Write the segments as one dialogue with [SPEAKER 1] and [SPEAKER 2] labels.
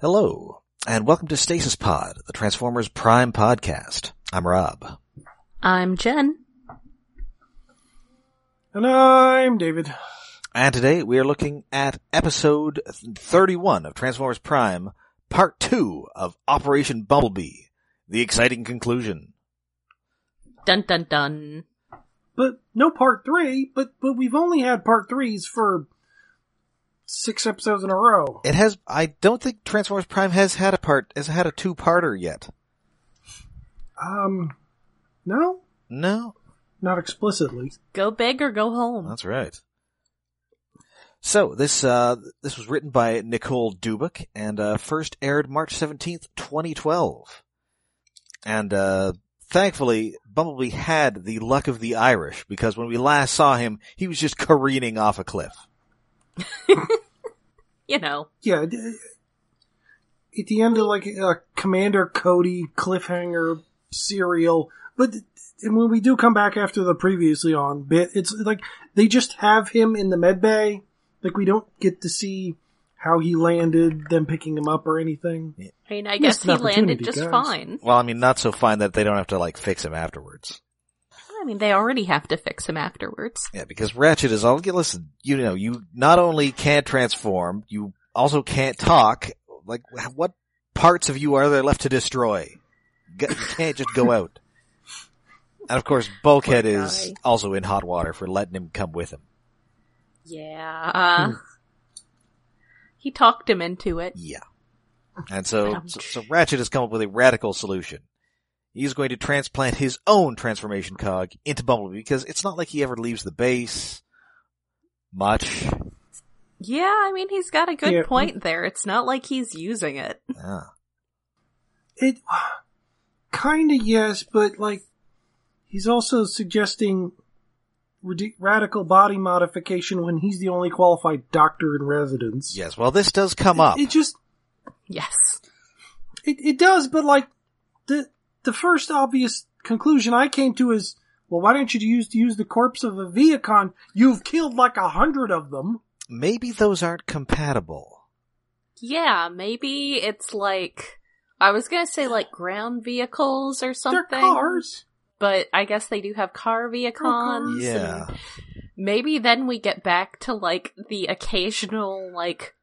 [SPEAKER 1] Hello, and welcome to Stasis Pod, the Transformers Prime podcast. I'm Rob.
[SPEAKER 2] I'm Jen.
[SPEAKER 3] And I'm David.
[SPEAKER 1] And today we are looking at episode 31 of Transformers Prime, part 2 of Operation Bumblebee, the exciting conclusion.
[SPEAKER 2] Dun dun dun.
[SPEAKER 3] But no part three, but but we've only had part threes for six episodes in a row.
[SPEAKER 1] It has, I don't think Transformers Prime has had a part, has had a two-parter yet.
[SPEAKER 3] Um no?
[SPEAKER 1] No?
[SPEAKER 3] Not explicitly.
[SPEAKER 2] Go big or go home.
[SPEAKER 1] That's right. So this, uh, this was written by Nicole Dubik and, uh, first aired March 17th, 2012. And, uh, thankfully Bumblebee had the luck of the Irish because when we last saw him, he was just careening off a cliff.
[SPEAKER 2] You know.
[SPEAKER 3] Yeah. d- At the end of like a Commander Cody cliffhanger serial, but and when we do come back after the previously on bit, it's like they just have him in the med bay. Like we don't get to see how he landed, them picking him up or anything.
[SPEAKER 2] I mean, I guess
[SPEAKER 3] Missed an
[SPEAKER 2] he landed
[SPEAKER 3] opportunity,
[SPEAKER 2] just
[SPEAKER 3] guys.
[SPEAKER 2] fine.
[SPEAKER 1] Well, I mean, not so fine that they don't have to like fix him afterwards.
[SPEAKER 2] I mean, they already have to fix him afterwards.
[SPEAKER 1] Yeah, because Ratchet is all, "Yeah, listen, you know, you not only can't transform, you also can't talk. Like, wh- what parts of you are there left to destroy? G- You can't just go out. And of course, Bulkhead
[SPEAKER 2] Poor
[SPEAKER 1] is
[SPEAKER 2] guy.
[SPEAKER 1] also in hot water for letting him come with him.
[SPEAKER 3] Hmm.
[SPEAKER 2] Yeah. Uh, he talked him into it.
[SPEAKER 1] Yeah. And so, so, so Ratchet has come up with a radical solution. He's going to transplant his own transformation cog into Bumblebee because it's not like he ever leaves the base much.
[SPEAKER 2] Yeah, I mean, he's got a good
[SPEAKER 3] Yeah.
[SPEAKER 2] point there. It's not like he's using it.
[SPEAKER 1] Ah.
[SPEAKER 3] It kind of yes, but like he's also suggesting radi- radical body modification when he's the only qualified doctor in residence.
[SPEAKER 1] Yes, well this does come up.
[SPEAKER 3] It just
[SPEAKER 2] Yes.
[SPEAKER 3] it, it does, but like the the first obvious conclusion I came to is well, why don't you use use the corpse of a Viacon? You've killed like a hundred of them.
[SPEAKER 1] Maybe those aren't compatible.
[SPEAKER 2] Yeah, maybe it's like, I was gonna say like ground vehicles or something.
[SPEAKER 3] They're cars.
[SPEAKER 2] But I guess they do have car vehicons. and
[SPEAKER 1] Yeah.
[SPEAKER 2] maybe then we get back to like the occasional like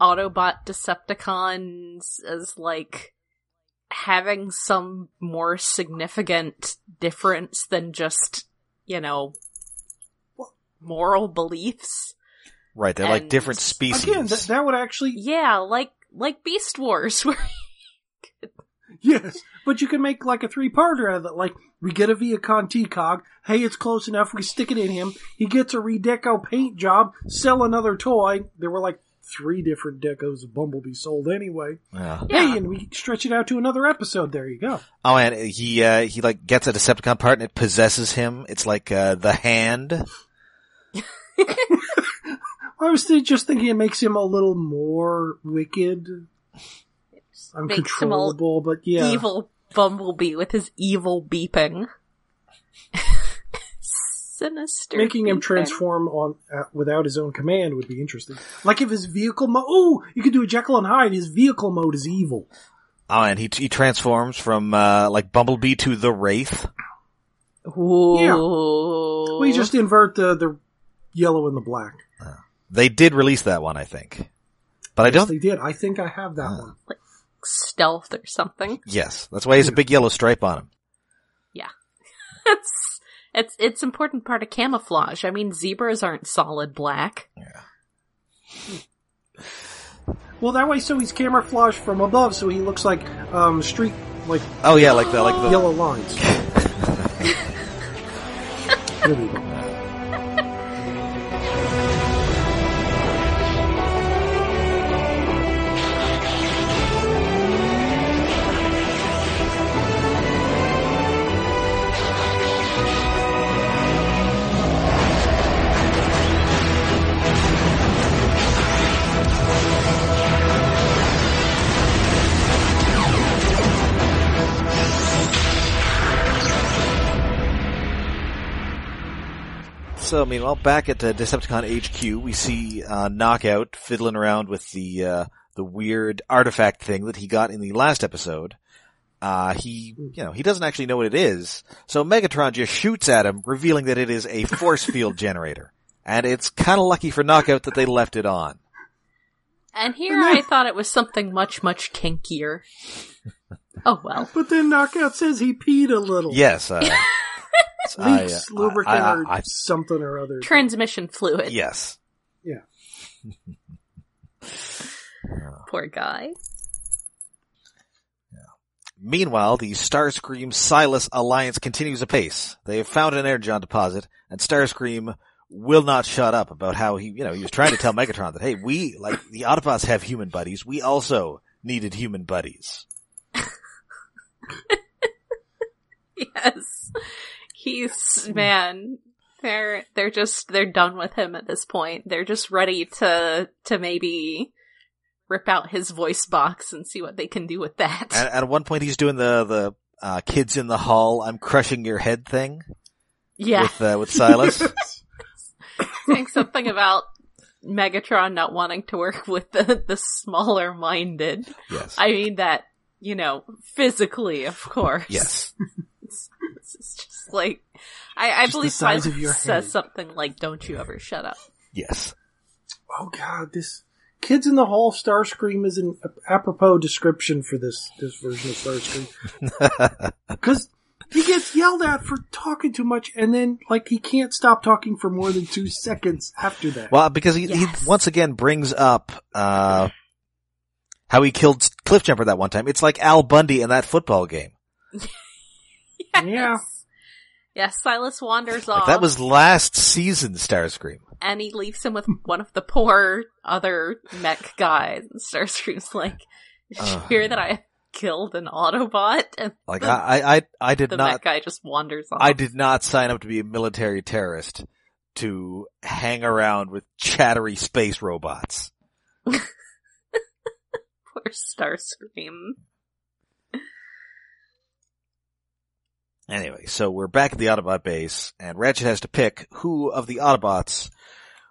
[SPEAKER 2] Autobot Decepticons as like having some more significant difference than just, you know, moral beliefs.
[SPEAKER 1] Right, they're like
[SPEAKER 2] And-
[SPEAKER 1] different species.
[SPEAKER 3] Again, that, that would actually
[SPEAKER 2] Yeah, like like Beast Wars where
[SPEAKER 3] Yes, but you can make like a three-parter out of it. Like we get a Viacon T-Cog. Hey, it's close enough. We stick it in him. He gets a redeco paint job. Sell another toy. There were like three different decos of Bumblebee sold anyway.
[SPEAKER 1] Yeah.
[SPEAKER 2] Yeah.
[SPEAKER 3] Hey, and we stretch it out to another episode. There you go.
[SPEAKER 1] Oh, and he uh, he like gets a Decepticon part and it possesses him. It's like uh, the hand.
[SPEAKER 3] I was th- just thinking it makes him a little more wicked,
[SPEAKER 2] makes him all
[SPEAKER 3] uncontrollable. But yeah,
[SPEAKER 2] evil Bumblebee with his evil beeping. Sinister.
[SPEAKER 3] Making him
[SPEAKER 2] beeping.
[SPEAKER 3] transform on uh, without his own command would be interesting. Like if his vehicle mode. Oh, you could do a Jekyll and Hyde. His vehicle mode is evil.
[SPEAKER 1] Oh, and he he transforms from uh, like Bumblebee to the Wraith.
[SPEAKER 2] Ooh.
[SPEAKER 3] We just invert the the yellow and the black.
[SPEAKER 1] They did release that one, I think. But I
[SPEAKER 3] Yes,
[SPEAKER 1] don't.
[SPEAKER 3] they did. I think I have that
[SPEAKER 1] Ah.
[SPEAKER 3] one.
[SPEAKER 2] stealth or something.
[SPEAKER 1] Yes, that's why he has a big yellow stripe on him.
[SPEAKER 2] It's it's it's important part of camouflage. I mean, zebras aren't solid black.
[SPEAKER 3] Well, that way, so he's camouflaged from above, so he looks like um street like
[SPEAKER 1] Oh yeah, like the like the
[SPEAKER 3] yellow lines. There we go.
[SPEAKER 1] So meanwhile, back at uh, Decepticon HQ, we see uh, Knockout fiddling around with the uh, the weird artifact thing that he got in the last episode. Uh, he, you know, he doesn't actually know what it is. So Megatron just shoots at him, revealing that it is a force field generator. And it's kinda lucky for Knockout that they left it on.
[SPEAKER 2] And here I thought it was something much, much kinkier. Oh well.
[SPEAKER 3] But then Knockout says he peed a little.
[SPEAKER 1] Yes, uh, I, uh,
[SPEAKER 3] Leaks,
[SPEAKER 1] I-
[SPEAKER 3] lubricant,
[SPEAKER 1] I-
[SPEAKER 3] or
[SPEAKER 1] I-
[SPEAKER 3] something or other.
[SPEAKER 2] Transmission fluid.
[SPEAKER 1] yes.
[SPEAKER 2] Poor guy.
[SPEAKER 1] Meanwhile, the Starscream Silas alliance continues apace. They have found an energon deposit, and Starscream will not shut up about how he, you know, he was trying to tell Megatron that, hey, we, like, the Autobots have human buddies. We also needed human buddies.
[SPEAKER 2] Yes. He's man. They're they're just they're done with him at this point. They're just ready to to maybe rip out his voice box and see what they can do with that.
[SPEAKER 1] And at one point, he's doing the, the, uh, kids in the hall, I'm crushing your head thing
[SPEAKER 2] yeah.
[SPEAKER 1] with, uh, with Silas.
[SPEAKER 2] Saying something about Megatron not wanting to work with the, the smaller minded.
[SPEAKER 1] yes.
[SPEAKER 2] I mean that, you know, physically, of course.
[SPEAKER 1] yes.
[SPEAKER 2] It's, it's- it's just like I, I
[SPEAKER 3] Just the
[SPEAKER 2] believe
[SPEAKER 3] size
[SPEAKER 2] Silas
[SPEAKER 3] of your
[SPEAKER 2] says
[SPEAKER 3] head.
[SPEAKER 2] something like, "Don't you ever shut up."
[SPEAKER 1] Yes.
[SPEAKER 3] oh god, this Kids in the Hall Starscream is an apropos description for this this version of Starscream. Because he gets yelled at for talking too much, and then like he can't stop talking for more than two seconds after that.
[SPEAKER 1] Well, because he,
[SPEAKER 2] Yes.
[SPEAKER 1] he once again brings up uh how he killed Cliffjumper that one time. It's like Al Bundy in that football game.
[SPEAKER 3] Yeah.
[SPEAKER 2] Yes. Yes, Silas wanders
[SPEAKER 1] Like,
[SPEAKER 2] off,
[SPEAKER 1] that was last season Starscream.
[SPEAKER 2] and he leaves him with one of the poor other mech guys. And Starscream's like, "Did you
[SPEAKER 1] Ugh.
[SPEAKER 2] hear
[SPEAKER 3] Uh.
[SPEAKER 2] that I killed an Autobot?" And
[SPEAKER 1] Like
[SPEAKER 2] the,
[SPEAKER 1] I, I, I did
[SPEAKER 2] the
[SPEAKER 1] not,
[SPEAKER 2] mech guy just wanders off.
[SPEAKER 1] I did not sign up to be a military terrorist to hang around with chattery space robots.
[SPEAKER 2] Poor Starscream.
[SPEAKER 1] Anyway, so we're back at the Autobot base, and Ratchet has to pick who of the Autobots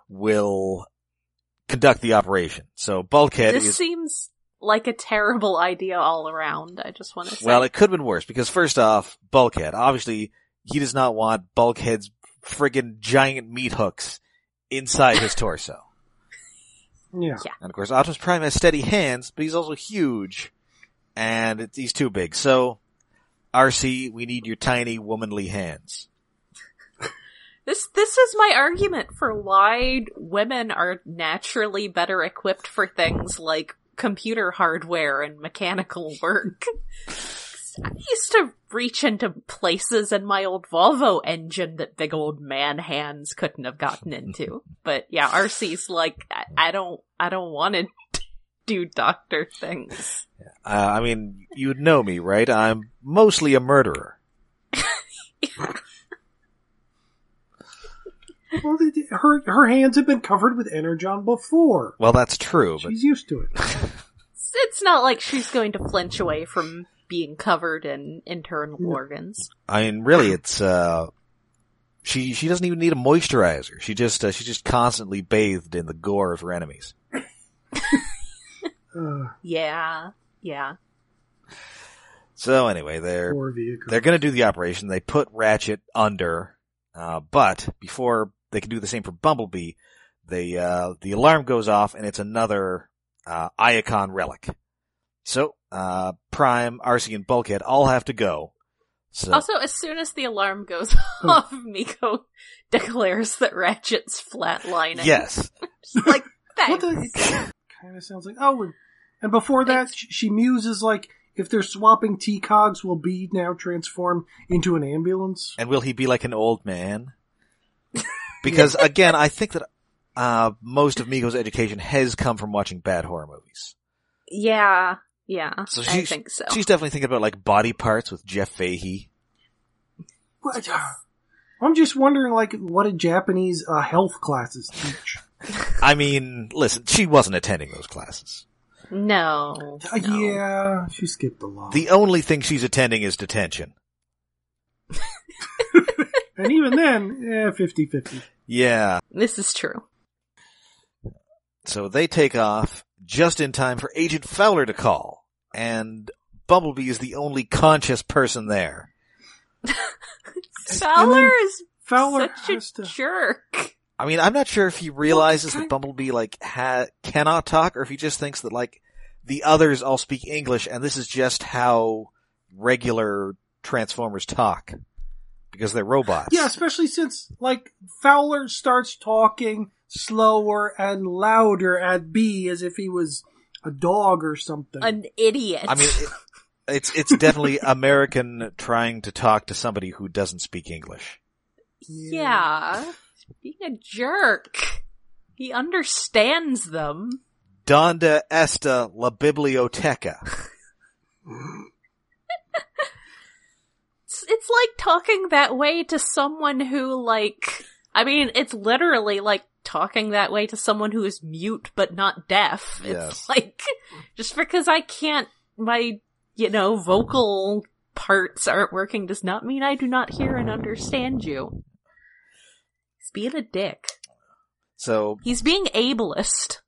[SPEAKER 1] will conduct the operation. So Bulkhead
[SPEAKER 2] this
[SPEAKER 1] is
[SPEAKER 2] seems like a terrible idea all around. I just want to say,
[SPEAKER 1] Well, it could have been worse because first off, Bulkhead. Obviously, he does not want Bulkhead's friggin' giant meat hooks inside his torso.
[SPEAKER 3] yeah.
[SPEAKER 1] And of course, Optimus Prime has steady hands, but he's also huge, and it, he's too big. So, RC, we need your tiny womanly hands.
[SPEAKER 2] This this is my argument for why women are naturally better equipped for things like computer hardware and mechanical work. I used to reach into places in my old Volvo engine that big old man hands couldn't have gotten into. But yeah, RC's like I, I don't I don't want to do doctor things.
[SPEAKER 1] Uh, I mean, you know me, right? I'm mostly a murderer.
[SPEAKER 3] Well, they, her her hands have been covered with energon before.
[SPEAKER 1] Well, that's true, but
[SPEAKER 3] She's used to it.
[SPEAKER 2] It's, it's not like she's going to flinch away from being covered in internal organs.
[SPEAKER 1] I mean, really, it's uh, she she doesn't even need a moisturizer. She just uh, she's just constantly bathed in the gore of her enemies.
[SPEAKER 3] Uh,
[SPEAKER 2] Yeah. Yeah.
[SPEAKER 1] So anyway, they're
[SPEAKER 3] poor vehicle.
[SPEAKER 1] they're gonna do the operation. They put Ratchet under, uh, but before they can do the same for Bumblebee, they uh, the alarm goes off and it's another uh, Iacon relic. So uh, Prime, RC, and Bulkhead all have to go. So
[SPEAKER 2] Also, as soon as the alarm goes
[SPEAKER 3] Oh.
[SPEAKER 2] off, Miko declares that Ratchet's flatlining.
[SPEAKER 1] yes,
[SPEAKER 2] Just like,
[SPEAKER 3] What
[SPEAKER 2] thanks.
[SPEAKER 3] the? kind of sounds like oh, and, and before that, sh- she muses like, if they're swapping T cogs, will be now transformed into an ambulance.
[SPEAKER 1] And will he be like an old man? Because again, I think that uh, most of Miko's education has come from watching bad horror movies.
[SPEAKER 2] Yeah. Yeah.
[SPEAKER 1] So
[SPEAKER 2] I
[SPEAKER 1] she's-
[SPEAKER 2] think so.
[SPEAKER 1] She's definitely thinking about like body parts with Jeff Fahey.
[SPEAKER 3] What? I'm just wondering, like, what do Japanese uh, health classes teach?
[SPEAKER 1] I mean, listen, she wasn't attending those classes.
[SPEAKER 2] No.
[SPEAKER 3] Uh,
[SPEAKER 2] no.
[SPEAKER 3] Yeah, she skipped a lot,
[SPEAKER 1] The only thing she's attending is detention.
[SPEAKER 3] and even then, eh, 50-50.
[SPEAKER 1] Yeah.
[SPEAKER 2] This is true.
[SPEAKER 1] So they take off just in time for Agent Fowler to call, and Bumblebee is the only conscious person there.
[SPEAKER 2] Fowler is
[SPEAKER 3] Fowler
[SPEAKER 2] such a
[SPEAKER 3] has to.
[SPEAKER 2] jerk.
[SPEAKER 1] I mean, I'm not sure if he realizes that
[SPEAKER 3] Well, kind-
[SPEAKER 1] Bumblebee like ha- cannot talk, or if he just thinks that like the others all speak English, and this is just how regular Transformers talk because they're robots.
[SPEAKER 3] Yeah, especially since like Fowler starts talking slower and louder at B as if he was a dog or something.
[SPEAKER 2] An idiot.
[SPEAKER 1] I mean, it, it's it's definitely American trying to talk to somebody who doesn't speak English.
[SPEAKER 2] yeah. Being a jerk. He understands them.
[SPEAKER 1] Donda esta la biblioteca.
[SPEAKER 2] It's, it's like talking that way to someone who, like, I mean, it's literally like talking that way to someone who is mute but not deaf.
[SPEAKER 1] Yes.
[SPEAKER 2] It's like, just because I can't, my, you know, vocal parts aren't working does not mean I do not hear and understand you. He's being a dick.
[SPEAKER 1] So
[SPEAKER 2] He's being ableist.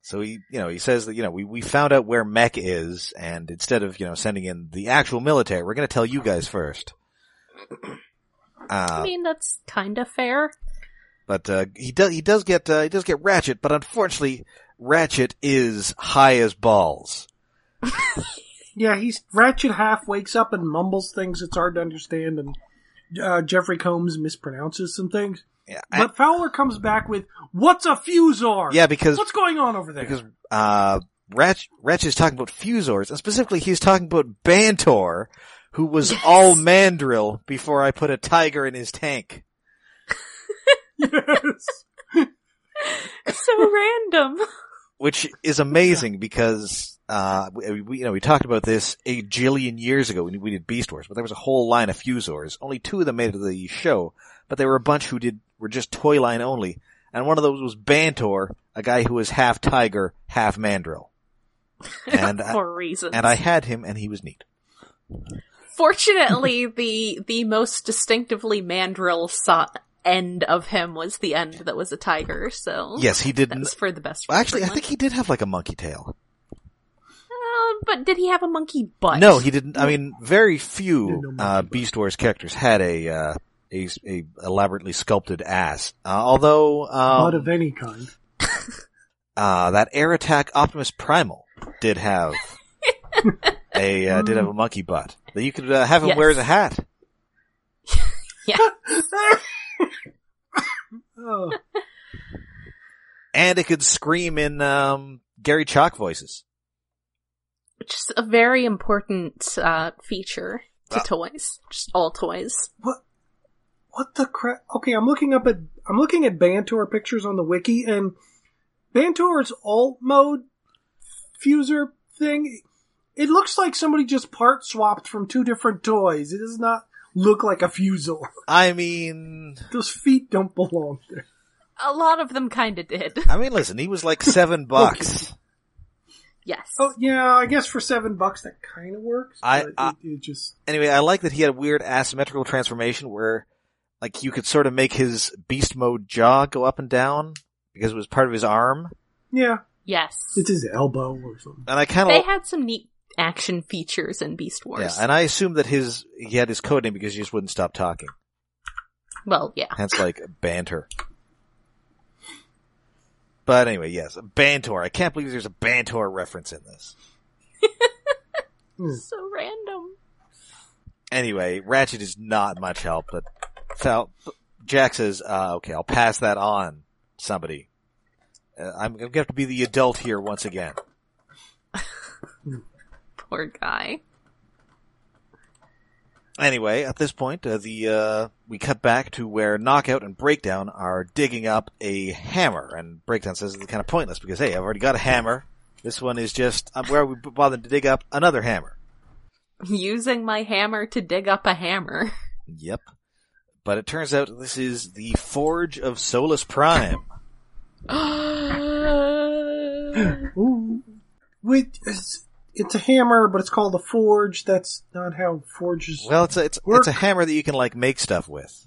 [SPEAKER 1] So he, you know, he says that, you know, we, we found out where Mech is and instead of, you know, sending in the actual military, we're going to tell you guys first.
[SPEAKER 2] I
[SPEAKER 1] Uh,
[SPEAKER 2] mean, that's kinda fair.
[SPEAKER 1] but, uh, he does, he does get, uh, he does get Ratchet, but unfortunately Ratchet is high as balls.
[SPEAKER 3] Yeah, he's Ratchet half wakes up and mumbles things it's hard to understand, and uh, Jeffrey Combs mispronounces some things.
[SPEAKER 1] Yeah.
[SPEAKER 3] But Fowler comes back with, "What's a fusor?
[SPEAKER 1] yeah, because,
[SPEAKER 3] what's going on over there?"
[SPEAKER 1] because, uh, Ratchet, Ratchet is talking about Fusors and specifically he's talking about Bantor, who was
[SPEAKER 2] Yes.
[SPEAKER 1] all mandrill before I put a tiger in his tank.
[SPEAKER 3] yes.
[SPEAKER 2] so random.
[SPEAKER 1] which is amazing because uh, we, we, you know, we talked about this a jillion years ago when we did Beast Wars, but there was a whole line of Fusors. Only two of them made it to the show, but there were a bunch who did were just toy line only, and one of those was Bantor, a guy who was half tiger, half mandrill, and I,
[SPEAKER 2] for reasons.
[SPEAKER 1] and I had him, and he was neat.
[SPEAKER 2] Fortunately, the the most distinctively mandrill so- end of him was the end that was a tiger. So
[SPEAKER 1] Yes, he
[SPEAKER 2] that
[SPEAKER 1] didn't.
[SPEAKER 2] was for the best. for
[SPEAKER 1] Actually, I
[SPEAKER 2] everyone.
[SPEAKER 1] think he did have like a monkey tail.
[SPEAKER 2] Uh, but did he have a monkey butt?
[SPEAKER 1] No, he didn't. I mean, very
[SPEAKER 3] Didn't know
[SPEAKER 1] few
[SPEAKER 3] much
[SPEAKER 1] uh,
[SPEAKER 3] about it.
[SPEAKER 1] Beast Wars characters had a, uh, a a elaborately sculpted ass. Uh, although
[SPEAKER 3] Not of
[SPEAKER 1] um,
[SPEAKER 3] any kind.
[SPEAKER 1] uh, that Air Attack Optimus Primal did have a uh, did have a monkey butt that you could uh, have him
[SPEAKER 2] Yes.
[SPEAKER 1] wear as a hat.
[SPEAKER 3] Oh,
[SPEAKER 1] And it could scream in um, Gary Chalk voices.
[SPEAKER 2] which is a very important uh, feature to
[SPEAKER 1] Ah.
[SPEAKER 2] toys, just all toys.
[SPEAKER 3] what? What the crap? Okay, I'm looking up at I'm looking at Bantor pictures on the wiki, and Bantor's alt mode fuser thing. It looks like somebody just part swapped from two different toys. It does not look like a fusor.
[SPEAKER 1] I mean,
[SPEAKER 3] Those feet don't belong there.
[SPEAKER 2] A lot of them kind of did.
[SPEAKER 1] I mean, listen, he was like seven bucks.
[SPEAKER 2] Yes.
[SPEAKER 3] Oh yeah, I guess for seven bucks that kind of works.
[SPEAKER 1] I-
[SPEAKER 3] but
[SPEAKER 1] I-
[SPEAKER 3] it, it just
[SPEAKER 1] anyway, I like that he had a weird asymmetrical transformation where, like, you could sort of make his beast mode jaw go up and down because it was part of his arm.
[SPEAKER 3] yeah,
[SPEAKER 2] Yes.
[SPEAKER 3] it's his elbow or something.
[SPEAKER 1] And I kind
[SPEAKER 2] They
[SPEAKER 1] of,
[SPEAKER 2] had some neat action features in Beast Wars.
[SPEAKER 1] yeah, and I assumed that his, he had his code name because he just wouldn't stop talking.
[SPEAKER 2] well, yeah.
[SPEAKER 1] Hence, like, banter. But anyway, yes, Bantor. I can't believe there's a Bantor reference in this.
[SPEAKER 2] So random.
[SPEAKER 1] Anyway, Ratchet is not much help, but Fal- Jack says, uh, okay, I'll pass that on somebody. Uh, I'm, I'm gonna have to be the adult here once again.
[SPEAKER 2] Poor guy.
[SPEAKER 1] Anyway, at this point, uh, the uh, we cut back to where Knockout and Breakdown are digging up a hammer, and Breakdown says it's kind of pointless because hey, I've already got a hammer. This one is just um, where we bothered to dig up another hammer.
[SPEAKER 2] Using my hammer to dig up a hammer.
[SPEAKER 1] Yep. But it turns out this is the Forge of Solus Prime.
[SPEAKER 3] Ooh. Wait, it's, it's a hammer, but it's called a forge. That's not how forges.
[SPEAKER 1] Well, it's a, it's, it's a hammer that you can like make stuff with.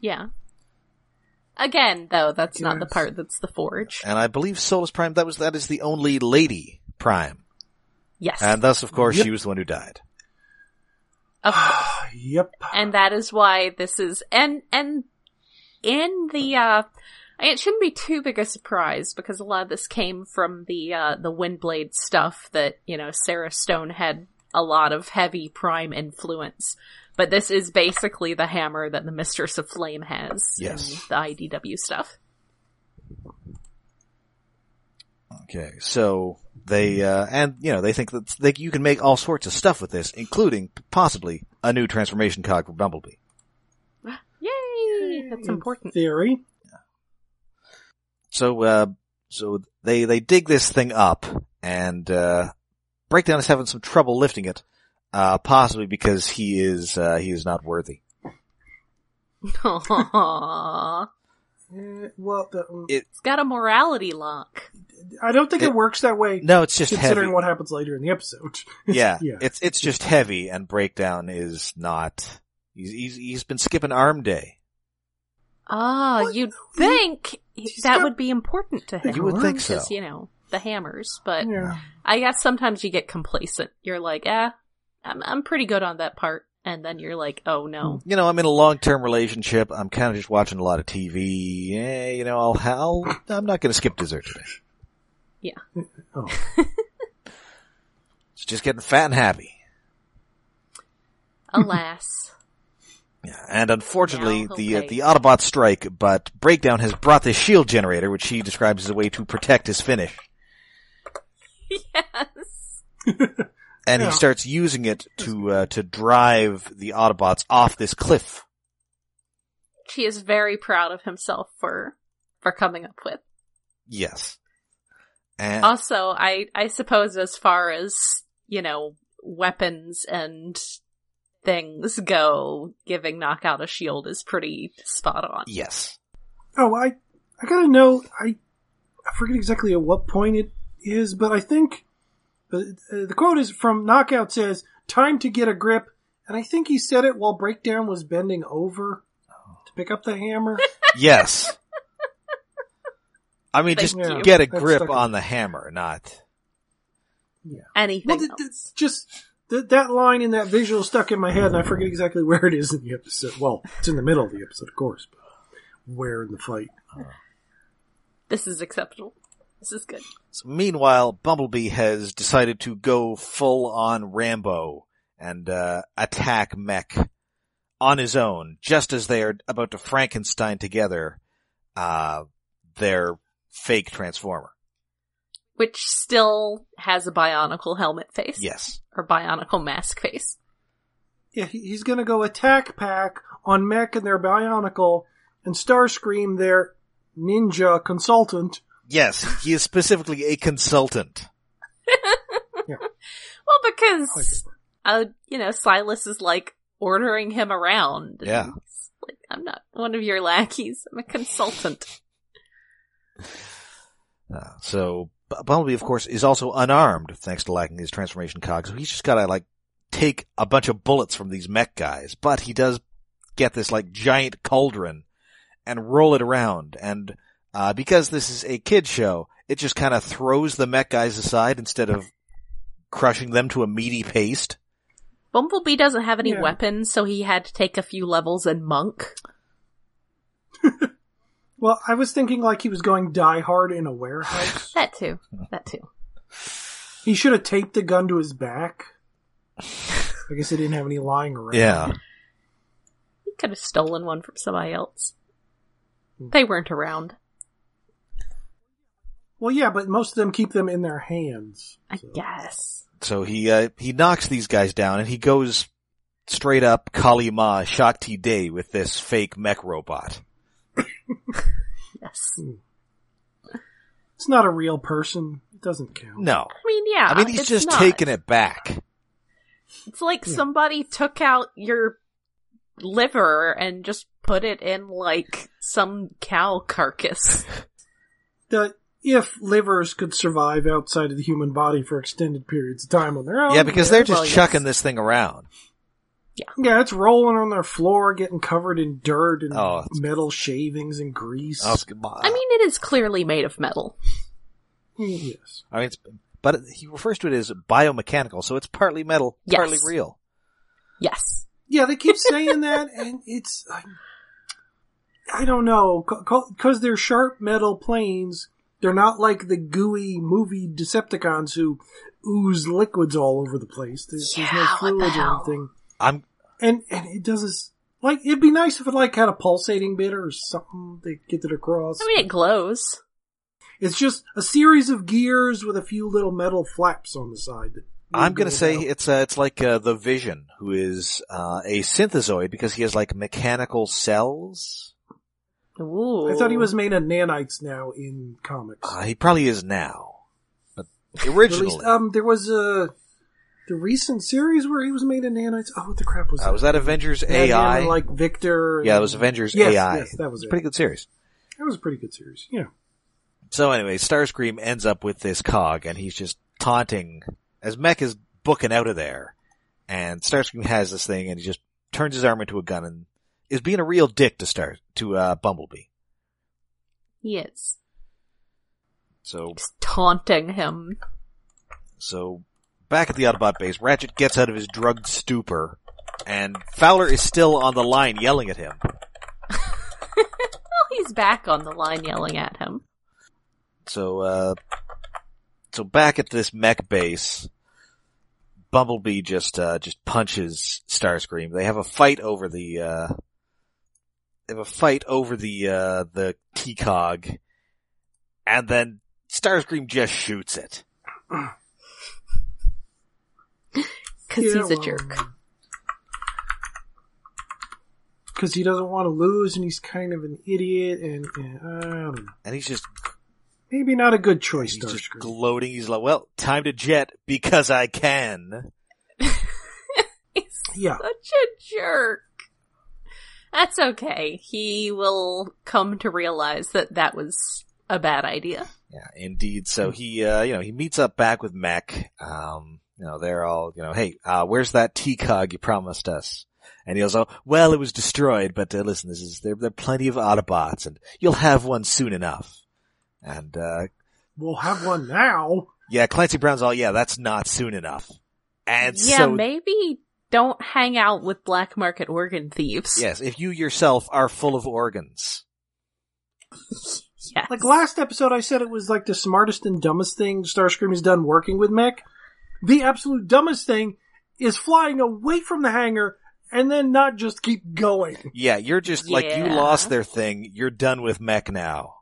[SPEAKER 2] yeah. Again, though, that's not the
[SPEAKER 3] Yes.
[SPEAKER 2] part that's the forge.
[SPEAKER 1] And I believe Solus Prime, that was, that is the only lady Prime.
[SPEAKER 2] Yes.
[SPEAKER 1] And thus, of course,
[SPEAKER 3] Yep.
[SPEAKER 1] she was the one who died.
[SPEAKER 2] Of course.
[SPEAKER 3] yep.
[SPEAKER 2] and that is why this is and and in the uh it shouldn't be too big a surprise because a lot of this came from the uh the windblade stuff that you know sarah stone had a lot of heavy prime influence but this is basically the hammer that the mistress of flame has
[SPEAKER 1] Yes.
[SPEAKER 2] in the idw stuff
[SPEAKER 1] Okay, so they, uh, and, you know, they think that they, you can make all sorts of stuff with this, including possibly a new transformation cog for Bumblebee.
[SPEAKER 2] yay
[SPEAKER 1] Mm.
[SPEAKER 2] that's
[SPEAKER 3] In
[SPEAKER 2] important
[SPEAKER 3] Theory.
[SPEAKER 1] So, uh, so they, they dig this thing up and, uh, Breakdown is having some trouble lifting it, uh, possibly because he is, uh, he is not worthy.
[SPEAKER 2] Aww.
[SPEAKER 3] Eh, well, the,
[SPEAKER 1] It-
[SPEAKER 2] it's got a morality lock
[SPEAKER 3] I don't think it,
[SPEAKER 1] it-
[SPEAKER 3] works that way.
[SPEAKER 1] No, it's just
[SPEAKER 3] considering
[SPEAKER 1] heavy.
[SPEAKER 3] what happens later in the episode.
[SPEAKER 1] yeah,
[SPEAKER 3] yeah.
[SPEAKER 1] it's, it's just heavy and Breakdown is not, he's, he's, he's been skipping arm day.
[SPEAKER 2] Ah,
[SPEAKER 3] What?
[SPEAKER 2] you'd think
[SPEAKER 3] She's
[SPEAKER 2] that
[SPEAKER 3] got-
[SPEAKER 2] would be important to him. Hmm.
[SPEAKER 1] You would think so.
[SPEAKER 2] Because, you know, the hammers, but
[SPEAKER 3] yeah.
[SPEAKER 2] I guess sometimes you get complacent. You're like, eh, I'm, I'm pretty good on that part. And then you're like, oh no.
[SPEAKER 1] you know, I'm in a long-term relationship. I'm kind of just watching a lot of TV. Yeah, you know, I'll, I'll I'm not going to skip dessert today.
[SPEAKER 3] Oh.
[SPEAKER 1] It's just getting fat and happy. Hmm.
[SPEAKER 2] Alas.
[SPEAKER 1] Yeah, and unfortunately,
[SPEAKER 2] Now,
[SPEAKER 1] the uh,
[SPEAKER 2] okay.
[SPEAKER 1] the Autobot strike, but Breakdown has brought this shield generator, which he describes as a way to protect his finish,
[SPEAKER 2] yes.
[SPEAKER 1] and he
[SPEAKER 3] Yeah.
[SPEAKER 1] starts using it to uh, to drive the Autobots off this cliff.
[SPEAKER 2] She is very proud of himself for, for coming up with.
[SPEAKER 1] Yes, and
[SPEAKER 2] Also, I, I suppose as far as, you know, weapons and things go, giving knockout a shield is pretty spot on.
[SPEAKER 1] yes,
[SPEAKER 3] Oh, I I gotta know. I I forget exactly at what point it is, but I think uh, uh, the quote is from Knockout says, "Time to get a grip," and I think he said it while Breakdown was bending over
[SPEAKER 1] Oh.
[SPEAKER 3] to pick up the hammer.
[SPEAKER 1] yes. I mean,
[SPEAKER 2] Thank
[SPEAKER 1] just
[SPEAKER 3] you.
[SPEAKER 1] get a
[SPEAKER 3] That's
[SPEAKER 1] grip
[SPEAKER 3] stuck in-
[SPEAKER 1] on the hammer, not.
[SPEAKER 2] Anything
[SPEAKER 3] well, th- th-
[SPEAKER 2] else?
[SPEAKER 3] just th- that line in that visual stuck in my head, and I forget exactly where it is in the episode. Well, it's in the middle of the episode, of course, but where in the fight?
[SPEAKER 2] This is acceptable. This is good.
[SPEAKER 1] So meanwhile, Bumblebee has decided to go full on Rambo and uh, attack Mech on his own, just as they are about to Frankenstein together uh, their fake transformer.
[SPEAKER 2] Which still has a bionicle helmet face.
[SPEAKER 1] Yes,
[SPEAKER 2] Or bionicle mask face.
[SPEAKER 3] Yeah, he- he's going to go attack pack on Mech and their Bionicle, and Starscream, their ninja consultant.
[SPEAKER 1] yes, he is specifically a consultant.
[SPEAKER 2] Well, because, uh, you know, Silas is like ordering him around. and
[SPEAKER 1] Yeah.
[SPEAKER 2] he's Like, I'm not one of your lackeys. I'm a consultant.
[SPEAKER 1] Uh, so B- Bumblebee, of course, is also unarmed thanks to lacking his transformation cog. So he's just got to like take a bunch of bullets from these mech guys. But he does get this like giant cauldron and roll it around. And uh, because this is a kid show, it just kind of throws the mech guys aside instead of crushing them to a meaty paste.
[SPEAKER 2] Bumblebee doesn't have any
[SPEAKER 3] Yeah.
[SPEAKER 2] weapons, so he had to take a few levels in Monk.
[SPEAKER 3] Well, I was thinking like he was going die hard in a warehouse.
[SPEAKER 2] That too. That too.
[SPEAKER 3] he should have taped the gun to his back. I guess he didn't have any lying around.
[SPEAKER 1] Yeah.
[SPEAKER 2] He could have stolen one from somebody else. They weren't around,
[SPEAKER 3] Well, yeah, but most of them keep them in their hands.
[SPEAKER 2] I
[SPEAKER 3] so.
[SPEAKER 2] guess.
[SPEAKER 1] So he uh, he knocks these guys down and he goes straight up Kali Ma Shakti Day with this fake mech robot.
[SPEAKER 2] Yes.
[SPEAKER 3] It's not a real person. It doesn't count.
[SPEAKER 1] No.
[SPEAKER 2] I mean, yeah.
[SPEAKER 1] I mean, he's
[SPEAKER 2] it's
[SPEAKER 1] just
[SPEAKER 2] not.
[SPEAKER 1] taking it back.
[SPEAKER 2] It's like
[SPEAKER 3] Yeah.
[SPEAKER 2] somebody took out your liver and just put it in like some cow carcass.
[SPEAKER 3] The- if livers could survive outside of the human body for extended periods of time on their own.
[SPEAKER 1] yeah, because they're just
[SPEAKER 2] well, yes.
[SPEAKER 1] chucking this thing around.
[SPEAKER 3] Yeah, it's rolling on their floor, getting covered in dirt and
[SPEAKER 1] Oh, it's-
[SPEAKER 3] metal shavings and grease.
[SPEAKER 1] Oh, it's goodbye.
[SPEAKER 2] I mean, it is clearly made of metal.
[SPEAKER 3] Mm, yes.
[SPEAKER 1] I mean, it's, but he refers to it as biomechanical, so it's partly metal,
[SPEAKER 2] Yes.
[SPEAKER 1] partly real.
[SPEAKER 2] Yes.
[SPEAKER 3] Yeah, they keep saying that, and it's I, I don't know because they're sharp metal planes. They're not like the gooey movie Decepticons who ooze liquids all over the place. There's, there's no
[SPEAKER 2] Yeah, what the
[SPEAKER 3] fluid or
[SPEAKER 2] hell?
[SPEAKER 3] anything,
[SPEAKER 1] I'm
[SPEAKER 3] and and it doesn't s- like it'd be nice if it like had a pulsating bit or something to get it across.
[SPEAKER 2] I mean, it glows.
[SPEAKER 3] it's just a series of gears with a few little metal flaps on the side. that
[SPEAKER 1] I'm gonna
[SPEAKER 3] wiggle
[SPEAKER 1] say
[SPEAKER 3] about.
[SPEAKER 1] it's uh, it's like uh, the Vision, who is uh, a synthesoid because he has like mechanical cells.
[SPEAKER 2] Ooh.
[SPEAKER 3] I thought he was made of nanites now in comics.
[SPEAKER 1] Uh, he probably is now, but
[SPEAKER 3] At
[SPEAKER 1] originally,
[SPEAKER 3] least, um, there was a the recent series where he was made a nanites. Oh, what the crap was
[SPEAKER 1] uh, was that Avengers
[SPEAKER 3] Madman
[SPEAKER 1] AI?
[SPEAKER 3] and, like Victor.
[SPEAKER 1] yeah, it
[SPEAKER 3] and-
[SPEAKER 1] was Avengers
[SPEAKER 3] Yes,
[SPEAKER 1] AI.
[SPEAKER 3] yes, that was
[SPEAKER 1] It's a
[SPEAKER 3] it.
[SPEAKER 1] pretty good series.
[SPEAKER 3] That was a pretty good series. Yeah,
[SPEAKER 1] So anyway, Starscream ends up with this cog, and he's just taunting as Mech is booking out of there, and Starscream has this thing, and he just turns his arm into a gun and is being a real dick to Star to uh, Bumblebee.
[SPEAKER 2] He is.
[SPEAKER 1] So
[SPEAKER 2] Just taunting him.
[SPEAKER 1] So back at the Autobot base, Ratchet gets out of his drugged stupor, and Fowler is still on the line yelling at him.
[SPEAKER 2] Well, he's back on the line yelling at him.
[SPEAKER 1] So uh so back at this mech base, Bumblebee just uh just punches Starscream. They have a fight over the uh they have a fight over the uh the T cog and then Starscream just shoots it.
[SPEAKER 2] Because
[SPEAKER 3] Yeah,
[SPEAKER 2] he's a
[SPEAKER 3] well,
[SPEAKER 2] jerk.
[SPEAKER 3] Because he doesn't want to lose, and he's kind of an idiot, and, and I don't know.
[SPEAKER 1] And he's just
[SPEAKER 3] maybe not a good choice.
[SPEAKER 1] he's just
[SPEAKER 3] Starscream.
[SPEAKER 1] gloating. He's like, "Well, time to jet because I can."
[SPEAKER 2] He's
[SPEAKER 3] yeah,
[SPEAKER 2] such a jerk. That's okay. He will come to realize that that was a bad idea.
[SPEAKER 1] Yeah, indeed. So
[SPEAKER 2] Hmm.
[SPEAKER 1] he, uh, you know, he meets up back with Mech. Um, you know, they're all, you know, hey, uh, where's that T-Cog you promised us? And he goes, oh, well, it was destroyed, but uh, listen, this is, there, there are plenty of Autobots and you'll have one soon enough. And, uh,
[SPEAKER 3] we'll have one now.
[SPEAKER 1] yeah, Clancy Brown's all, yeah, that's not soon enough. And
[SPEAKER 2] yeah,
[SPEAKER 1] so,
[SPEAKER 2] maybe don't hang out with black market organ thieves.
[SPEAKER 1] yes, if you yourself are full of organs.
[SPEAKER 2] Yes.
[SPEAKER 3] Like last episode, I said it was like the smartest and dumbest thing Starscream has done working with Mech. The absolute dumbest thing is flying away from the hangar and then not just keep going.
[SPEAKER 1] Yeah, you're just like, you
[SPEAKER 2] Yeah.
[SPEAKER 1] lost their thing. You're done with Mech now.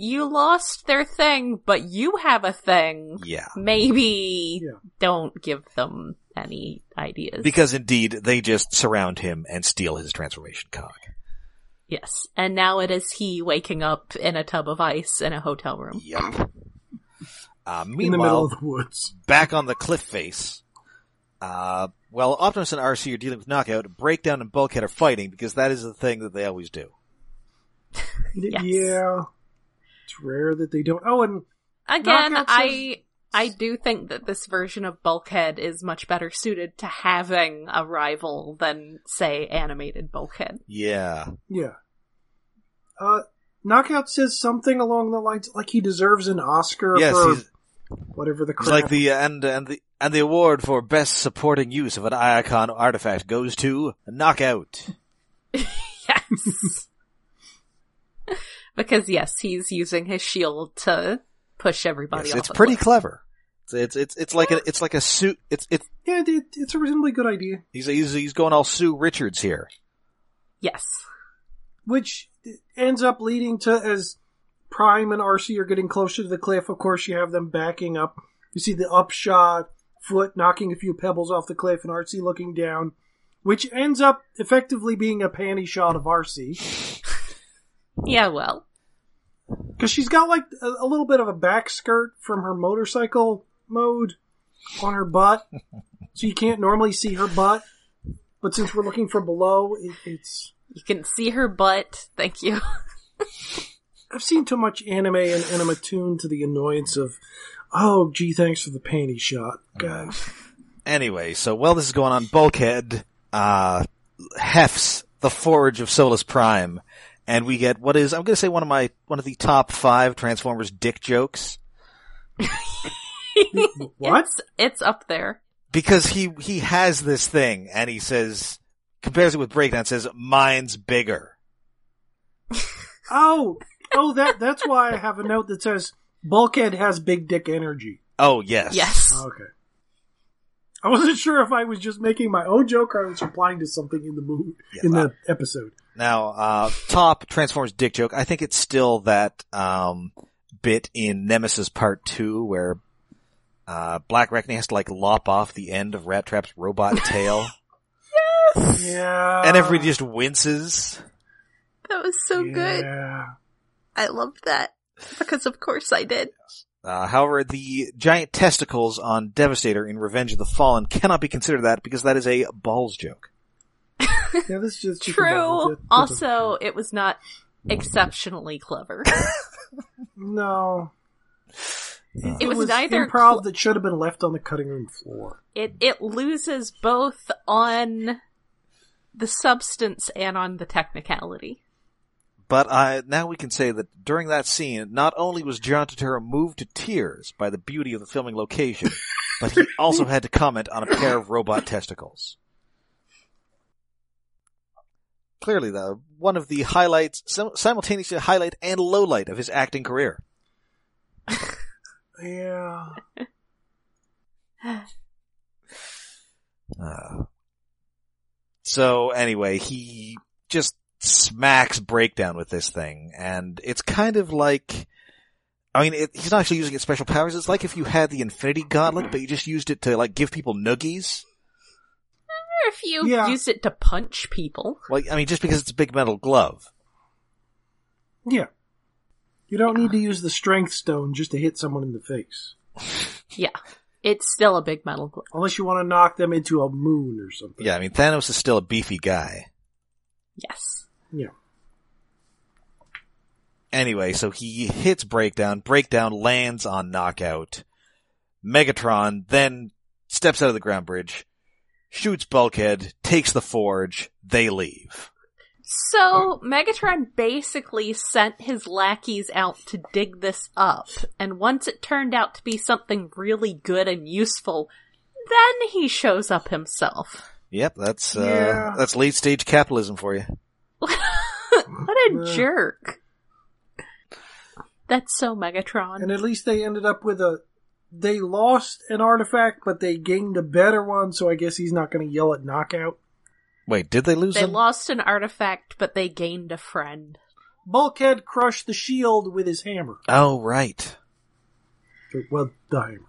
[SPEAKER 2] You lost their thing, but you have a thing.
[SPEAKER 1] Yeah.
[SPEAKER 2] Maybe
[SPEAKER 3] Yeah.
[SPEAKER 2] don't give them any ideas.
[SPEAKER 1] Because indeed, they just surround him and steal his transformation cog.
[SPEAKER 2] yes. And now it is he waking up in a tub of ice in a hotel room.
[SPEAKER 1] Yep. Uh,
[SPEAKER 3] in the middle
[SPEAKER 1] meanwhile,
[SPEAKER 3] of the woods.
[SPEAKER 1] back on the cliff face, uh, well, Optimus and RC are dealing with Knockout. Breakdown and Bulkhead are fighting because that is the thing that they always do.
[SPEAKER 2] Yes.
[SPEAKER 3] Yeah. It's rare that they don't. Oh, and
[SPEAKER 2] Again,
[SPEAKER 3] Knockout
[SPEAKER 2] I I do think that this version of Bulkhead is much better suited to having a rival than say animated Bulkhead.
[SPEAKER 1] Yeah.
[SPEAKER 3] yeah. Uh, Knockout says something along the lines like he deserves an Oscar
[SPEAKER 1] Yes,
[SPEAKER 3] for
[SPEAKER 1] he's,
[SPEAKER 3] whatever the
[SPEAKER 1] he's
[SPEAKER 3] crap.
[SPEAKER 1] like the, uh, and, and the, and the award for best supporting use of an Iacon artifact goes to Knockout.
[SPEAKER 2] Yes. because yes, he's using his shield to push everybody
[SPEAKER 1] Yes,
[SPEAKER 2] off.
[SPEAKER 1] it's
[SPEAKER 2] a
[SPEAKER 1] pretty
[SPEAKER 2] cliff.
[SPEAKER 1] clever. It's, it's, it's, it's like a, it's like a suit, it's, it's,
[SPEAKER 3] yeah, it, it's a reasonably good idea.
[SPEAKER 1] he's, he's, he's going all Sue Richards here.
[SPEAKER 2] Yes.
[SPEAKER 3] which ends up leading to as Prime and RC are getting closer to the cliff. Of course, you have them backing up. You see the upshot foot knocking a few pebbles off the cliff, and RC looking down, which ends up effectively being a panty shot of RC
[SPEAKER 2] Yeah, well.
[SPEAKER 3] because she's got like a, a little bit of a back skirt from her motorcycle mode on her butt, so you can't normally see her butt. But since we're looking from below, it, it's
[SPEAKER 2] You can see her butt. Thank you.
[SPEAKER 3] I've seen too much anime, and, and I'm attuned to the annoyance of, oh, gee, thanks for the panty shot, guys.
[SPEAKER 1] Anyway, so while this is going on, Bulkhead uh, Hefts, The Forge of Solus Prime, and we get what is, I'm gonna say one of my, one of the top five Transformers dick jokes,
[SPEAKER 3] What?
[SPEAKER 2] It's, it's up there.
[SPEAKER 1] because he, he has this thing, and he says, compares it with Breakdown, says, mine's bigger.
[SPEAKER 3] Oh, oh, that that's why I have a note that says Bulkhead has big dick energy.
[SPEAKER 1] Oh, yes.
[SPEAKER 2] Yes.
[SPEAKER 3] Okay. I wasn't sure if I was just making my own joke or I was replying to something in the movie
[SPEAKER 1] Yes,
[SPEAKER 3] in
[SPEAKER 1] I-
[SPEAKER 3] the episode.
[SPEAKER 1] Now, uh, top Transformers dick joke. I think it's still that, um, bit in Nemesis Part 2 where, uh, Black Reckoning has to like lop off the end of Rat Trap's robot tail
[SPEAKER 3] Yeah.
[SPEAKER 1] and everybody just winces.
[SPEAKER 2] That was so good.
[SPEAKER 3] Yeah.
[SPEAKER 2] I loved that. Because of course I did.
[SPEAKER 1] Uh, however, the giant testicles on Devastator in Revenge of the Fallen cannot be consideid that because that is a balls joke.
[SPEAKER 3] Yeah, this is just
[SPEAKER 2] True. Also, it was not exceptionally clever.
[SPEAKER 1] Uh,
[SPEAKER 3] no.
[SPEAKER 2] It was neither
[SPEAKER 3] improv that should have been left on the cutting room floor.
[SPEAKER 2] It it loses both on the substance and on the technicality.
[SPEAKER 1] But I, now we can say that during that scene, not only was John Turturro moved to tears by the beauty of the filming location, but he also had to comment on a pair of robot testicles. Clearly, though, one of the highlights, sim- simultaneously highlight and lowlight of his acting career.
[SPEAKER 3] Yeah.
[SPEAKER 1] Uh, so anyway, he just smacks breakdown with this thing, and it's kind of like, I mean, it, he's not actually using its special powers. It's like if you had the Infinity Gauntlet, but you just used it to like give people noogies.
[SPEAKER 2] Or if you
[SPEAKER 3] Yeah.
[SPEAKER 2] used it to punch people.
[SPEAKER 1] Like, I mean, just because it's a big metal glove.
[SPEAKER 3] Yeah. You don't need to use the strength stone just to hit someone in the face.
[SPEAKER 2] Yeah. It's still a big metal glove.
[SPEAKER 3] Unless you want to knock them into a moon or something.
[SPEAKER 1] Yeah, I mean, Thanos is still a beefy guy.
[SPEAKER 2] Yes.
[SPEAKER 3] Yeah.
[SPEAKER 1] Anyway, so he hits Breakdown. Breakdown lands on Knockout. Megatron then steps out of the ground bridge, shoots Bulkhead, takes the Forge. They leave.
[SPEAKER 2] So Megatron basically sent his lackeys out to dig this up, and once it turned out to be something really good and useful, then he shows up himself.
[SPEAKER 1] Yep, that's uh,
[SPEAKER 3] Yeah.
[SPEAKER 1] that's late stage capitalism for you.
[SPEAKER 2] what a
[SPEAKER 3] Yeah.
[SPEAKER 2] jerk. That's so Megatron.
[SPEAKER 3] And at least they ended up with a. They lost an artifact, but they gained a better one, so I guess he's not going to yell at knockout.
[SPEAKER 1] Wait, did they lose
[SPEAKER 2] They
[SPEAKER 1] them?
[SPEAKER 2] lost an artifact, but they gained a friend.
[SPEAKER 3] Bulkhead crushed the shield with his hammer.
[SPEAKER 1] oh, right.
[SPEAKER 3] Well, the hammer.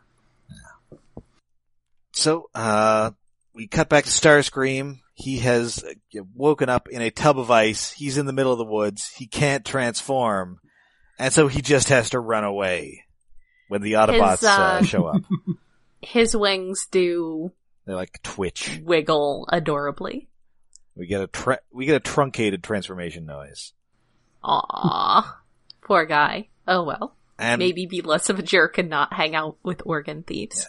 [SPEAKER 1] So, uh, we cut back to Starscream. He has uh, woken up in a tub of ice. He's in the middle of the woods. He can't transform. And so he just has to run away when the Autobots uh,
[SPEAKER 2] uh,
[SPEAKER 1] show up.
[SPEAKER 2] His wings do
[SPEAKER 1] They like twitch.
[SPEAKER 2] wiggle adorably.
[SPEAKER 1] We get a tra- we get a truncated transformation noise.
[SPEAKER 2] Aww. Poor guy. Oh well.
[SPEAKER 1] And
[SPEAKER 2] Maybe be less of a jerk and not hang out with organ thieves.